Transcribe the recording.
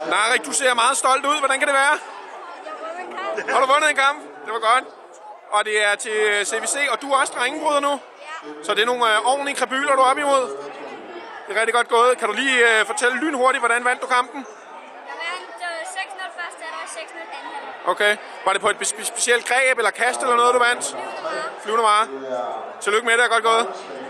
Marek, du ser meget stolt ud. Hvordan kan det være? Har du vundet en kamp? Det var godt. Og det er til øh, CVC, og du er også drengebryder nu? Så det er nogle øh, ordentlige krebyler, du er op imod? Det er rigtig godt gået. Kan du lige øh, fortælle lynhurtigt, hvordan vandt du kampen? Jeg vandt øh, 6-0 første halvleg og 6-0 anden halvleg. Okay. Var det på et spe- specielt greb eller kast eller noget, du vandt? Det var meget. Flyvende varer. Tillykke med det, og godt gået.